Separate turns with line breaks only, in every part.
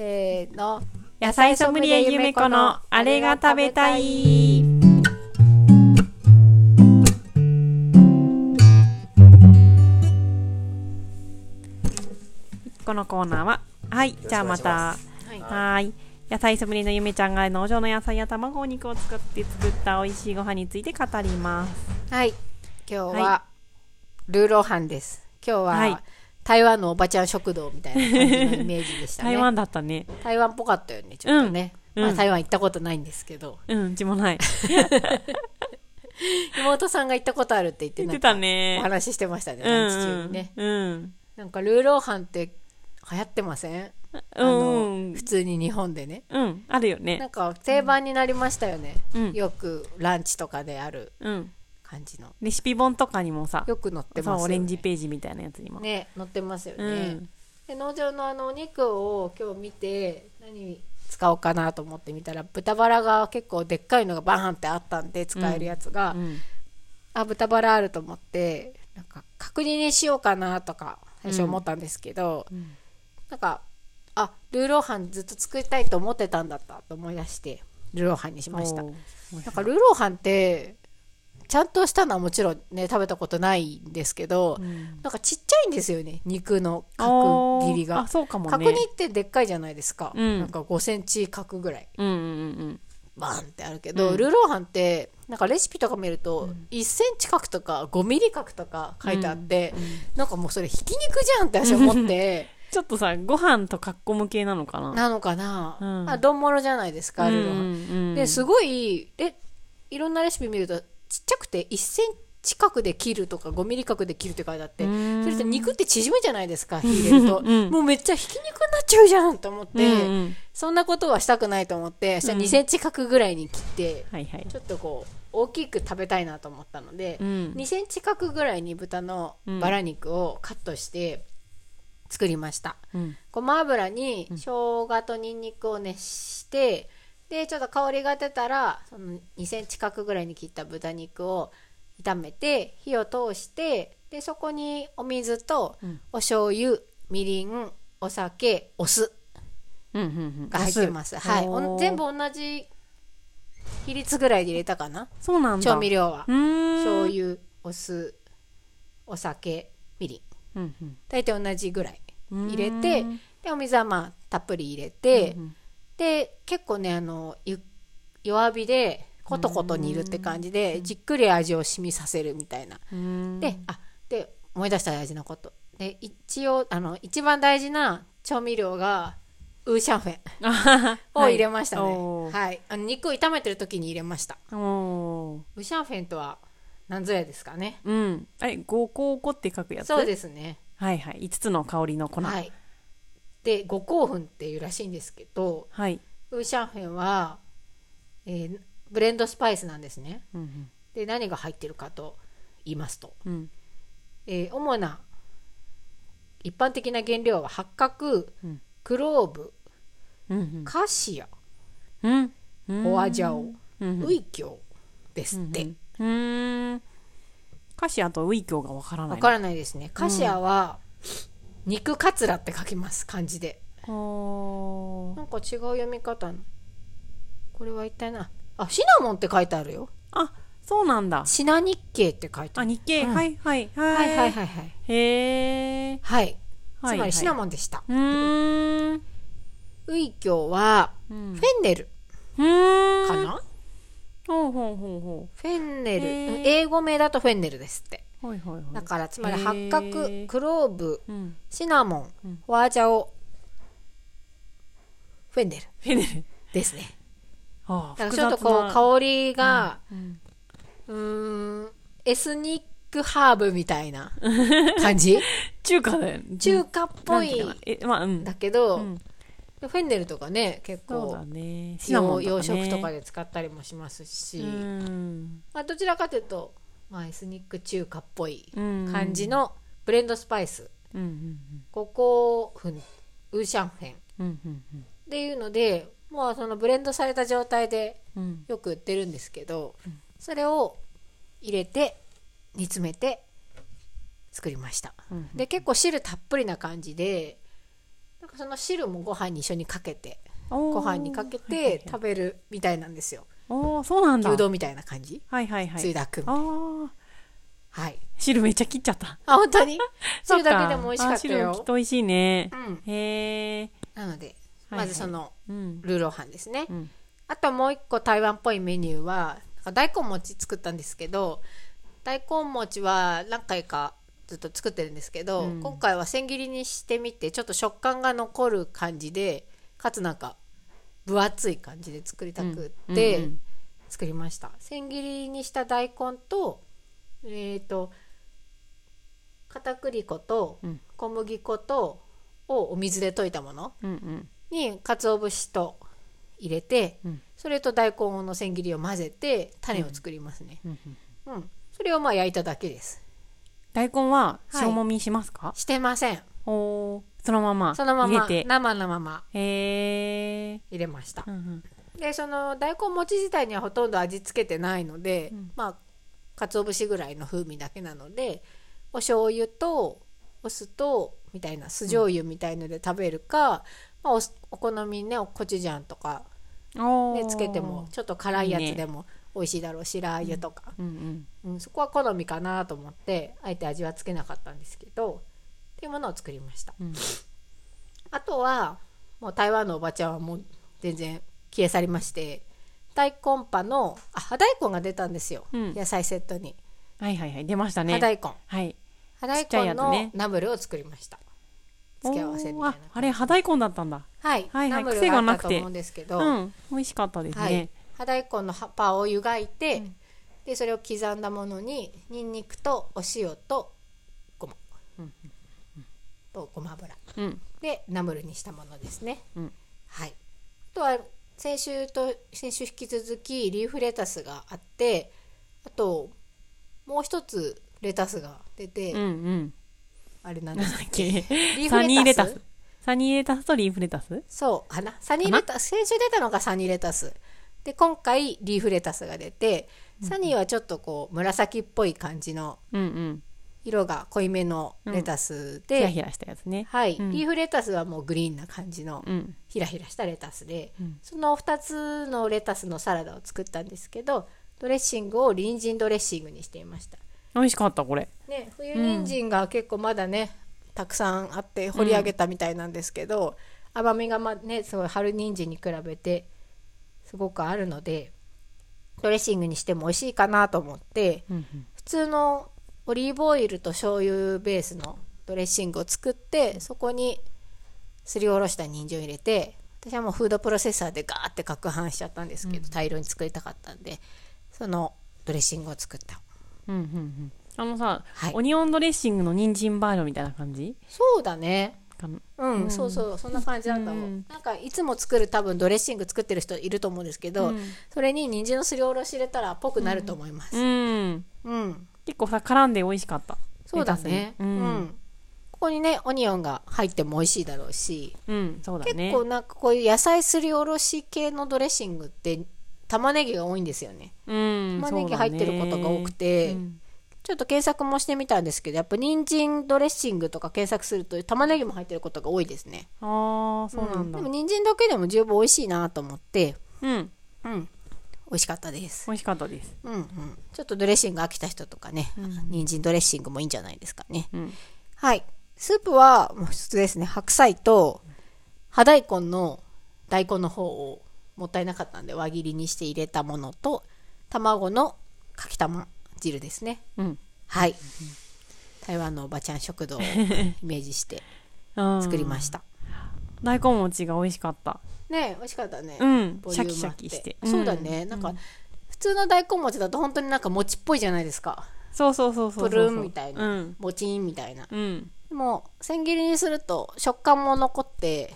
せーの
野菜ソムリエゆめこのあれが食べたい。このコーナーは、はい、じゃあまた、
はい
はい。野菜ソムリエのゆめちゃんが農場の野菜や卵お肉を使って作った美味しいご飯について語ります。
はい今日
は
はルーローハンです今日
はい
は台湾のおばちゃん食堂みたいな 感じのイメージでしたね
台湾だったね。
台湾っぽかったよねちょっとね、
うん
ま
う
あ、
ん
台湾行ったことないんですけど、
うん、うちもない。
妹さんが行ったことあるって言って
言っ
な
て
ん
た
か
ね
お。話ししてましたね
うん
ランチ中にね、
うん。
なんかルーローハンって流行ってませんあ
うん。う
の
ん
普。通に日本でね
うん。あるよ
なん
ね。
か定番になりましたよね、
うん
よくランチとかである
うん。
感じの
レシピ本とかにもさ、
よく載ってますよ
そ
ね
うオレンジページみたいなやつにも。
ね載ってますよね、
うん
で農場のあのお肉を今日見て何使おうかなと思ってみたら豚バラが結構でっかいのがバーンってあったんで使えるやつが、
うん
あ豚バラあると思ってなんか角煮にしようかなとか最初思ったんですけど、
ん
なんかあルーローハンずっと作りたいと思ってたんだったと思い出してルーローハンにしました
おー
なんかルーローハンってちゃんとしたのはもちろんね食べたことないんですけど、
ん
なんかちっちゃいんですよね肉の角切り
おーあ
が
そうかもね。
角煮ってでっかいじゃないですか、
うん
なんか5センチ角ぐらい
うんうん
バーンってあるけど、
うん
ルーローハンってなんかレシピとか見ると1センチ角とか5ミリ角とか書いてあって、なんかもうそれひき肉じゃんって私思 って
ちょっとさご飯と格好向けなのかな。
なのかな、
うん
あ丼物じゃないですかルーローハン、
ン
ですごいでいろんなレシピ見るとちっちゃくて1センチ角で切るとか5ミリ角で切るって書いてあって
う
そ
ーん
れって肉って縮むじゃないですか火入れると、
うん
もうめっちゃひき肉になっちゃうじゃんと思って、
うんうん
そんなことはしたくないと思ってそしたら
うん
2センチ角ぐらいに切って、
はいはい
ち。ょっとこう大きく食べたいなと思ったので、
うん
2センチ角ぐらいに豚のバラ肉をカットして作りました。
うん
ごま油に生姜とニンニクを熱して、でちょっと香りが出たらその2センチ角ぐらいに切った豚肉を炒めて火を通してでそこにお水と
うん
お醤油みりんお酒お酢
うんうんうん
が入ってます、
お酢
はい、
お
お
ー
ん全部同じ比率ぐらいで入れたかな
そうなんだ。
調味料は
うーん。
醤。油お酢お酒みりん
うんうん
大体同じぐらい入れ
う
て
ん
でお水はまあたっぷり入れて、
うんうん
で結構ねあのゆ弱火でコトコト煮るって感じでじっくり味を染みさせるみたいな。
うーん
であで思い出した大事なことで一応あの一番大事な調味料がウーシャンフェン
あは は
を入れましたね。
は
はいい、
おー
あの肉を炒めてる時に入れました。
おー
ウーシャンフェンとは何ぞやですかね。
うん。あれ五香粉って書くやつ。
そうですね。
はいはい。五つの香りの粉。
は。
はい
で五香粉っていうらしいんですけど、
い。
ウーシャンフェンは、えーブレンドスパイスなんですね。
うん
で何が入ってるかと言いますと、
うんうん。
えー主な一般的な原料は八角、
うん
クローブ
うん
カシア
うん。うん。
ホアジャオ、
うん
ウイキョウですって、
うんうんうーんカシアとウイキョウがわからな
わ
い
からないですねカシアは、肉カツラって書きます漢字で
ほー
なんか違う読み方のこれは一体なあシナモンって書いてあるよ
あそうなんだ
シナ日経って書いてあ
あ
る
日系、
うん
はいはいはい
はいはいはいはい
へえ
はい、
はい
つま
はい
りシナモンでした、
うーん
ウイキョウは
うん
フェンネル
うーん
かな、
ほうほうほうほ
フェンネル、
へー
英語名だとフェンネルですって
うはいはいはい
だからつまり
へー
八角クローブ
うん
シナモ
う
ン
ん
ホアジャオフェンネル
フェネル
ですね
あ
だ
あ
から
複
ちょ
雑
っ
な
とこう香りが
うん
うーんエスニックハーブみたい な感じ
中華だよね
中華っぽ
なんて
いう
かなえまあうん
んだけど、
うん
フェンネルとかね結
そうだ
構
ねシナモ
洋
ン
洋
とかね
食とかで使ったりもしますし、
うん
まあ、どちらかというと、まあ、エスニック中華っぽい
うん
感じのブレンドスパイス
うんうん
ここフンウーシャンフェンっ
うんうんうんうん
ていうのでもうそのブレンドされた状態で
うん
よく売ってるんですけど、それを入れて煮詰めて作りました、
うん
で結構汁たっぷりな感じでなんかその汁もご飯に一緒にかけて
ご
ご飯にかけて食べるみたいなんですよ
おーそうなんだ
牛丼みたいな感じ
はいはいは
つゆ
い
だくみ
あー
はい
汁めっちゃ切っちゃった
あ本当に
そ
汁
う
だけでも美味しかった
あ汁もきっ
よ
と美味しいね
うん
へえ
なので
はいは
ま
い
ずその
うん
ルーローハンですね
うん
あともう一個台湾っぽいメニューはなんか大根餅作ったんですけど大根餅は何回かずっと作ってるんですけど、
うん
今回は千切りにしてみてちょっと食感が残る感じでかつなんか分厚い感じで作りたくって、
うんうんうん
作りました千切りにした大根とえっ、と片栗粉と
うん
小麦粉とをお水で溶いたもの
うんうん
に鰹節と入れて
うん
それと大根の千切りを混ぜて種を作りますね、
うんうん
うんそれをまあ焼いただけです
大根は塩もみしますか、
してません
おおーそのまま
そのまま
入れて
生のまま
へえ
入れました
うんうん
でその大根餅自体にはほとんど味付けてないので、
うん
まあ鰹節ぐらいの風味だけなのでお醤油とお酢とみたいな酢醤油みたいので食べるか、まあ、おお好みにねコチュジャンとか
お
で
ー
つけてもちょっと辛いや
いいね
つでも美味しいだろうしラー油とか、
うんうん
うん、そこは好みかなと思ってあえて味はつけなかったんですけどっていうものを作りました
うん
あとはもう台湾のおばちゃんはもう全然消え去りまして大根パのあ葉大根が出たんですよ、
うん
野菜セットに
はいはいはい出ました
葉
ね
大根、
はい
葉
ちっちゃ
大
い
根
やつ
の
ね
ナムルを作りました付け合わせみたいな
おーああれ葉大根だったんだ
はい、
はいは
ナ
い
ムル
癖
が
が
あっ
な
たと
くて
思うんですけど、
うん美味しかったですね、
はい、葉大根の葉っぱを湯がいて、
うん
でそれを刻んだものににんにくとお塩とごま、
うんうん
とごま油
うん
でナムルにしたものですね、
うん
はいあとは先週と先週引き続きリーフレタスがあってあともう一つレタスが出て、
うんうん
あれなんで
なん
す
だ
か
っけ
リーフレタス
サニーレタスサニーレタスとリーフレタス
そうかなサニーレタス先週出たのがサニーレタスで今回リーフレタスが出てサニーはちょっとこう紫っぽい感じの
うんうん
色が濃いめのレタス
ひ
で、
らひらしたやつね
はい、
うん
リーフレタスはもうグリーンな感じの
うん
ひらひらしたレタスで、
うん
その2つのレタスのサラダを作ったんですけどドレッシングを隣参ドレッシングにしていました
美味しかったこれ
ね冬人参が結構まだね、たくさんあって掘り上げたみたいなんですけど、甘みがまねすごい春人参に比べてすごくあるのでドレッシングにしても美味しいかなと思って
うん
普通のオリーブオイルと醤油ベースのドレッシングを作ってそこにすりおろした人参を入れて私はもうフードプロセッサーでガーって攪拌しちゃったんですけど、大量に作りたかったんでそのドレッシングを作った
うんうんうんあのさ、
はい
オニオンドレッシングの人参バージョンみたいな感じ
そうだね
かな
うん、
うん
そうそうそんな感じだったもん、
うん
なんかいつも作る多分ドレッシング作ってる人いると思うんですけど、
うん
それに人参のすりおろし入れたらっぽくなると思います
うん
うん、
結構さ絡んで美味しかった
そうだね
レタスにう
うん、
ん
ここにねオニオンが入っても美味しいだろうし、
うんそうだ
結
ね
構なんかこういう野菜すりおろし系のドレッシングって玉ねぎが多いんですよね
うん
玉ねぎ入ってることが多くて
そうだねうん
ちょっと検索もしてみたんですけどやっぱ人参ドレッシングとか検索すると玉ねぎも入ってることが多いですね
ああそうなんだ
でも人参だけでも十分美味しいなと思って
うん
うん、美味しかったです。
美味しかったです
うんうん、ちょっとドレッシング飽きた人とかね、
うん
人参ドレッシングもいいんじゃないですかね。
うん
はい、スープはもう一つですね、白菜と葉大根の大根の方をもったいなかったんで輪切りにして入れたものと卵のかきたま汁ですね。
うん
はい、台湾のおばちゃん食堂をイメージ して作りました。
た大根餅が美味しかった
ねえ美味しかったね。
うん
ボリ
シ
ュ
ャキ
ー
シ
ムあ
ャ
っ
キして
そうだね、なんか普通の大根餅だと本当になんか餅っぽいじゃないですか
そうそうそうそうそう
プルンみたいな
うん
もちんみたいな
うん
でも千切りにすると食感も残って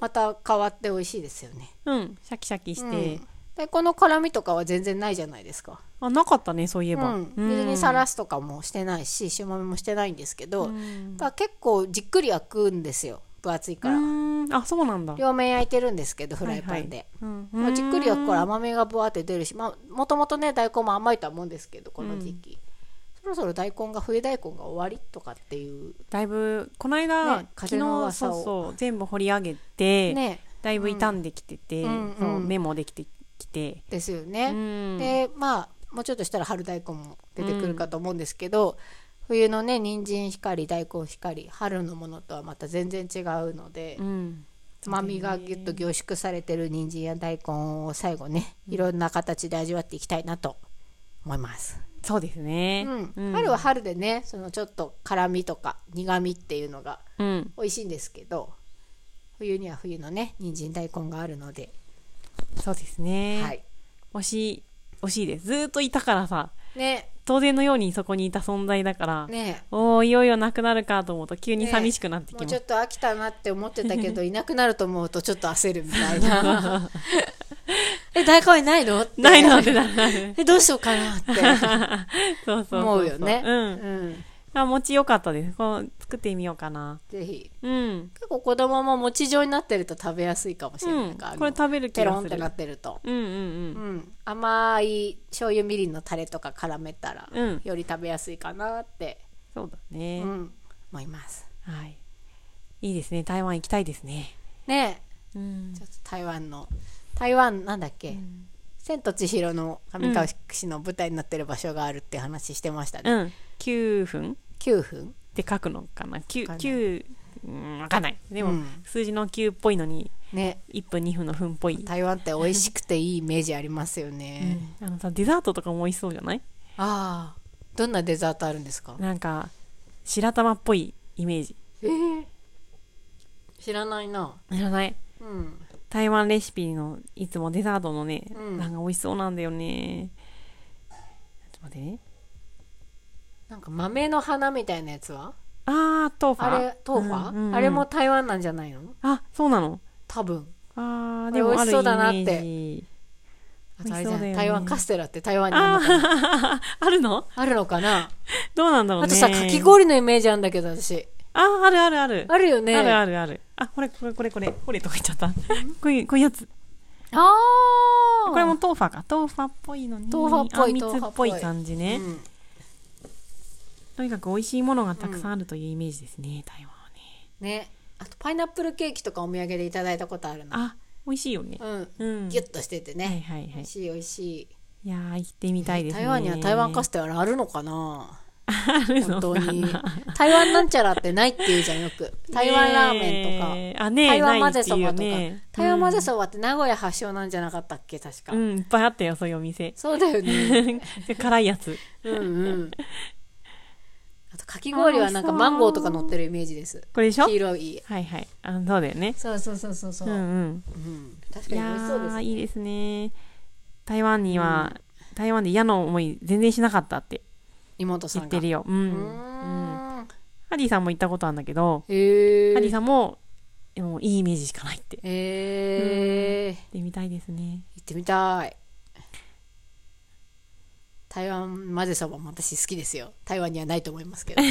また変わって美味しいですよね
うんシャキシャキして、
うん大根の辛みとかは全然ないじゃないですか、
あなかったねそういえば、
うん、水にさらすとかもしてないし塩もみもしてないんですけど、
う
だ
ん
から結構じっくり焼くんですよ分厚いから、
うんあそうなんだ
両面焼いてるんですけどフライパンで、
うん
まあじっくり焼くから
うん
甘みがぶわって出るし、まあ、もともとね大根も甘いとは思うんですけどこの時期、そそろそろ大根が冬大根が終わりとかっていう
だいぶこの間、
ね
昨
風の
日
噂
そ
を
うそう全部掘り上げて、
ね
だいぶ傷んできてて、
うん
そう
うん
目もできてきて、
ですよ
う
ね。
ん
でまあもうちょっとしたら春大根も出てくるかと思うんですけど、冬のね人参光大根光春のものとはまた全然違うので。
うん
つまみがぎゅっと凝縮されてる人参や大根を最後ねいろんな形で味わっていきたいなと思います、
そうですね、
うん
うん
春は春でねそのちょっと辛みとか苦みっていうのが
うん
美味しいんですけど冬には冬のね人参大根があるので、
そうですね、
はい
惜しい惜しいですずーっといたからさ
ね
当然のようにそこにいた存在だから、
ね
おーいよいよなくなるかと思うと急に
ね
寂しくなってき
もう
ま
ちょっ
す、
と飽きたなって思ってた けどいなくなると思うとちょっと焦るみたいなえ大根いないのって
ないのってなる
えどうしようかな って
そうそうそうそ
思うよね
うん
うん、
あ餅良かったですこう作ってみようかな
ぜひ
うん
結構子供も餅状になってると食べやすいかもし
う
れない、なん
ん
かあの
これ食べる気
ペロ
が
ンっ
す
て
る
なってると、
うんうん
う
うん
ん、甘い醤油みりんのタレとか絡めたら、
うん
より食べやすいかなって、
そうだね、
うん、思います
はいいいですね台湾行きたいですね
ね
うん
えちょっと台湾の台湾なんだっけ、千と千尋の神隠しの舞台になってる場所があるって話してましたね、
うん9分
9分
って書くのか
わか
な
んな
9,
い
9うんわかんないでも、
うん
数字の9っぽいのに
ね
1分2分の分っぽい、
台湾って美味しくていいイメージありますよね、
うんあのさデザートとかも美味しそうじゃない
ああどんなデザートあるんですか
なんか白玉っぽいイメージ
えー知らないな
知らない
うん
台湾レシピのいつもデザートのね、
うん
なんか美味しそうなんだよねちょっと待ってね
なんか豆の花みたいなやつは
あー豆腐
あれ豆腐、
うんうんうん
あれも台湾なんじゃないの
あそうなの
多分
あー
これ
でもある
美味し
イメージ
そうだなってあ
美味しそうだよね
台湾カステラって台湾にあるのかな
あるの
あるのかな
どうなんだろうね
あとさかき氷のイメージあるんだけど私
ああるあるある
あるよね
あるあるある。あ、これ、これ、これ、これ、これとか言っちゃった。こういう、こういうやつ。
あー
これも豆腐か。豆腐っぽいのに。
豆腐っぽい
あんみつ
豆腐
っ
っぽ
ぽ
い
い感じ
う
ね。
ん
とにかく美味しいものがたくさんあるというイメージですね、台湾はね。
ねあとパイナップルケーキとかお土産でいただいたことあるな
あ、美味しいよね。
うん
うん。
ギュッとしててね、
はいはいは
美
い
味。しい美味しい
いやー、行ってみたいですね。
台湾には台湾カ
ス
ステラあるのかな
ある
本
の
当
かな
に台湾なんちゃらってないって言うじゃんよく台湾ラーメンとか、
ねえあ、ねえ
台湾混
ない
ぜ
って
そ
いう
ば
よ
とか、
ね。
台湾混ぜ
ば。
そばって名古屋発祥なんじゃなかったっけ確か、。
うん、いっぱいあったよ、そういうお店
そうだよね
辛いやつ。
うんうんあとかき氷はなんかマンゴーとか乗ってるイメージです
これでしょ
黄色い
はいはい。あの、そうだよね。
そうそうそうそうそううん
うん。
うん確か
い
に
や
美味しそうです
ー
ね
いいですね台湾には、台湾で嫌な思い全然しなかったって
妹さ
言
ん
っ
が
てるようん、
う
うん
ーん
ハリーさんも行ったことあるんだけど、
へえ
ハリーさんもでもいいイメージしかないって行
へえ
ってみたいですね
行ってみたい台湾混ぜそばも私好きですよ台湾にはないと思います けど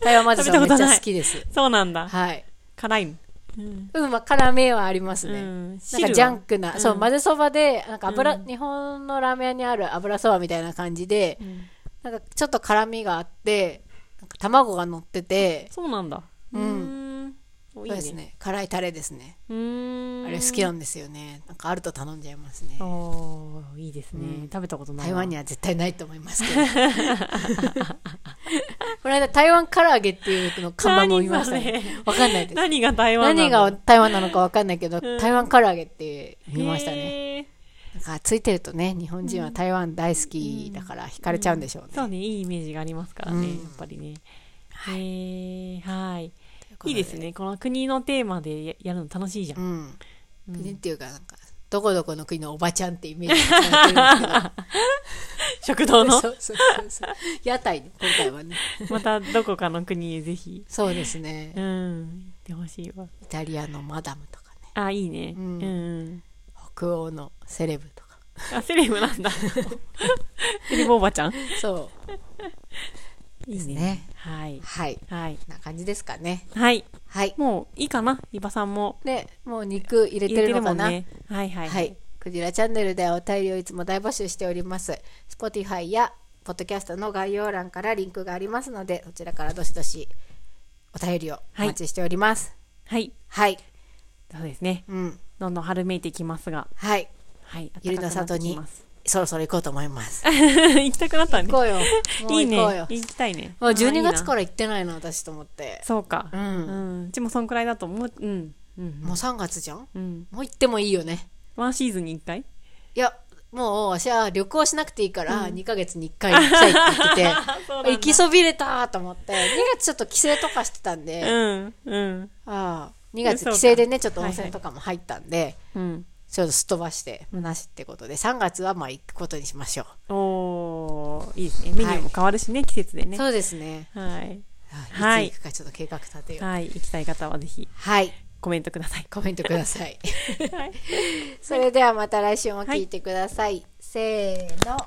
台湾混ぜそばめっちゃ好きです
そうなんだ
はい
辛いのうん、
うんまあ辛めはあります
う
ね、
ん、
なん
汁
か
は
ジャンクな、
うん
そう混ぜそばでなんか油、
うん
日本のラーメン屋にある油そばみたいな感じで
うん
なんかちょっと辛みがあってなんか卵が乗ってて
そうなんだ
うん
んおいい
そうですね辛いタレですね
うーん
あれ好きなんですよねなんかあると頼んじゃいますね
おーいいですね、
うん
食べたことない
台湾に
あ
は絶対ないと思いますけど この間台湾唐揚げっていうの看板も見ましたねわかんないです
何が台湾な
何
んだ
が台湾なのかわかんないけど、
ん
台湾唐揚げって見ましたね
へー
なんかついてるとね日本人は台湾大好きだから惹かれちゃうんでしょうね、
そうね、いいイメージがありますからね、
うん
やっぱりね。はい、えー、はい。
と
い
いうこと
いですね。この国のテーマでややるの楽しいじゃん。
うん
うん
国っていうかなんかどこどこの国のおばちゃんってイメージがされてるん です
食堂
けど
の
そ、うそうそうそう屋台ね今回はね
またどこかの国へぜひ、
そうですね、
うん、行ってほしいわ。
イタリアのマダムとかね
あ、いいね。
う
うんん。うん、
北欧のセレブとか
あ、セレブな んだ。セレブおばちゃん。
そう
いいね。
ね
はい。
はい
はい。
こんな感じですかね
はい。
はい
もういいかな、伊庭さんも。
でもう肉入れてるのかな、
入れてるもんね。はいはい。
はい。クジラチャンネルではお便りをいつも大募集しております。Spotify やポッドキャストの概要欄からリンクがありますのでそちらからどしどしお便りをお待ちしております
はい。
はい、
そうですね。
うん
どんどん春めいてきますが、
はい
はい。
ゆりの里に
暖かくなってきます
そろそろ行こうと思います
行きたくなったね
行。こうよ も
いう
行
いね。
こうよ
行きたいね。。
もう12月からら行ってないの私と思って
そうか。
う
うんん。うちもそんくらいだと思う。うん。うん。
もう3月じゃん
うん。
もう行ってもいいよね
ワンシーズンに一回
いやもう私は旅行しなくていいから2ヶ月に1回行きたいって言ってて、
そうなんだ
行きそびれたと思って2月ちょっと帰省とかしてたんで、
うん。うん。
ああ2月
そう
帰
か
省でねちょっと
は
温
いはい
泉とかも入ったんで、
うん。
ちょっとすっ飛ばしてむなしってことで3月はまあ行くことにしましょ
おー、いいですね。メニューも変わるしね、季節で
う、
ね。
そうですね
はい。
は、
はいい
いつ行くかちょっと計画立てよう
はい。行きたい方はぜひ
はい
コメントください。
コメントください
はい。
それではまた来週も聞いてください、せーの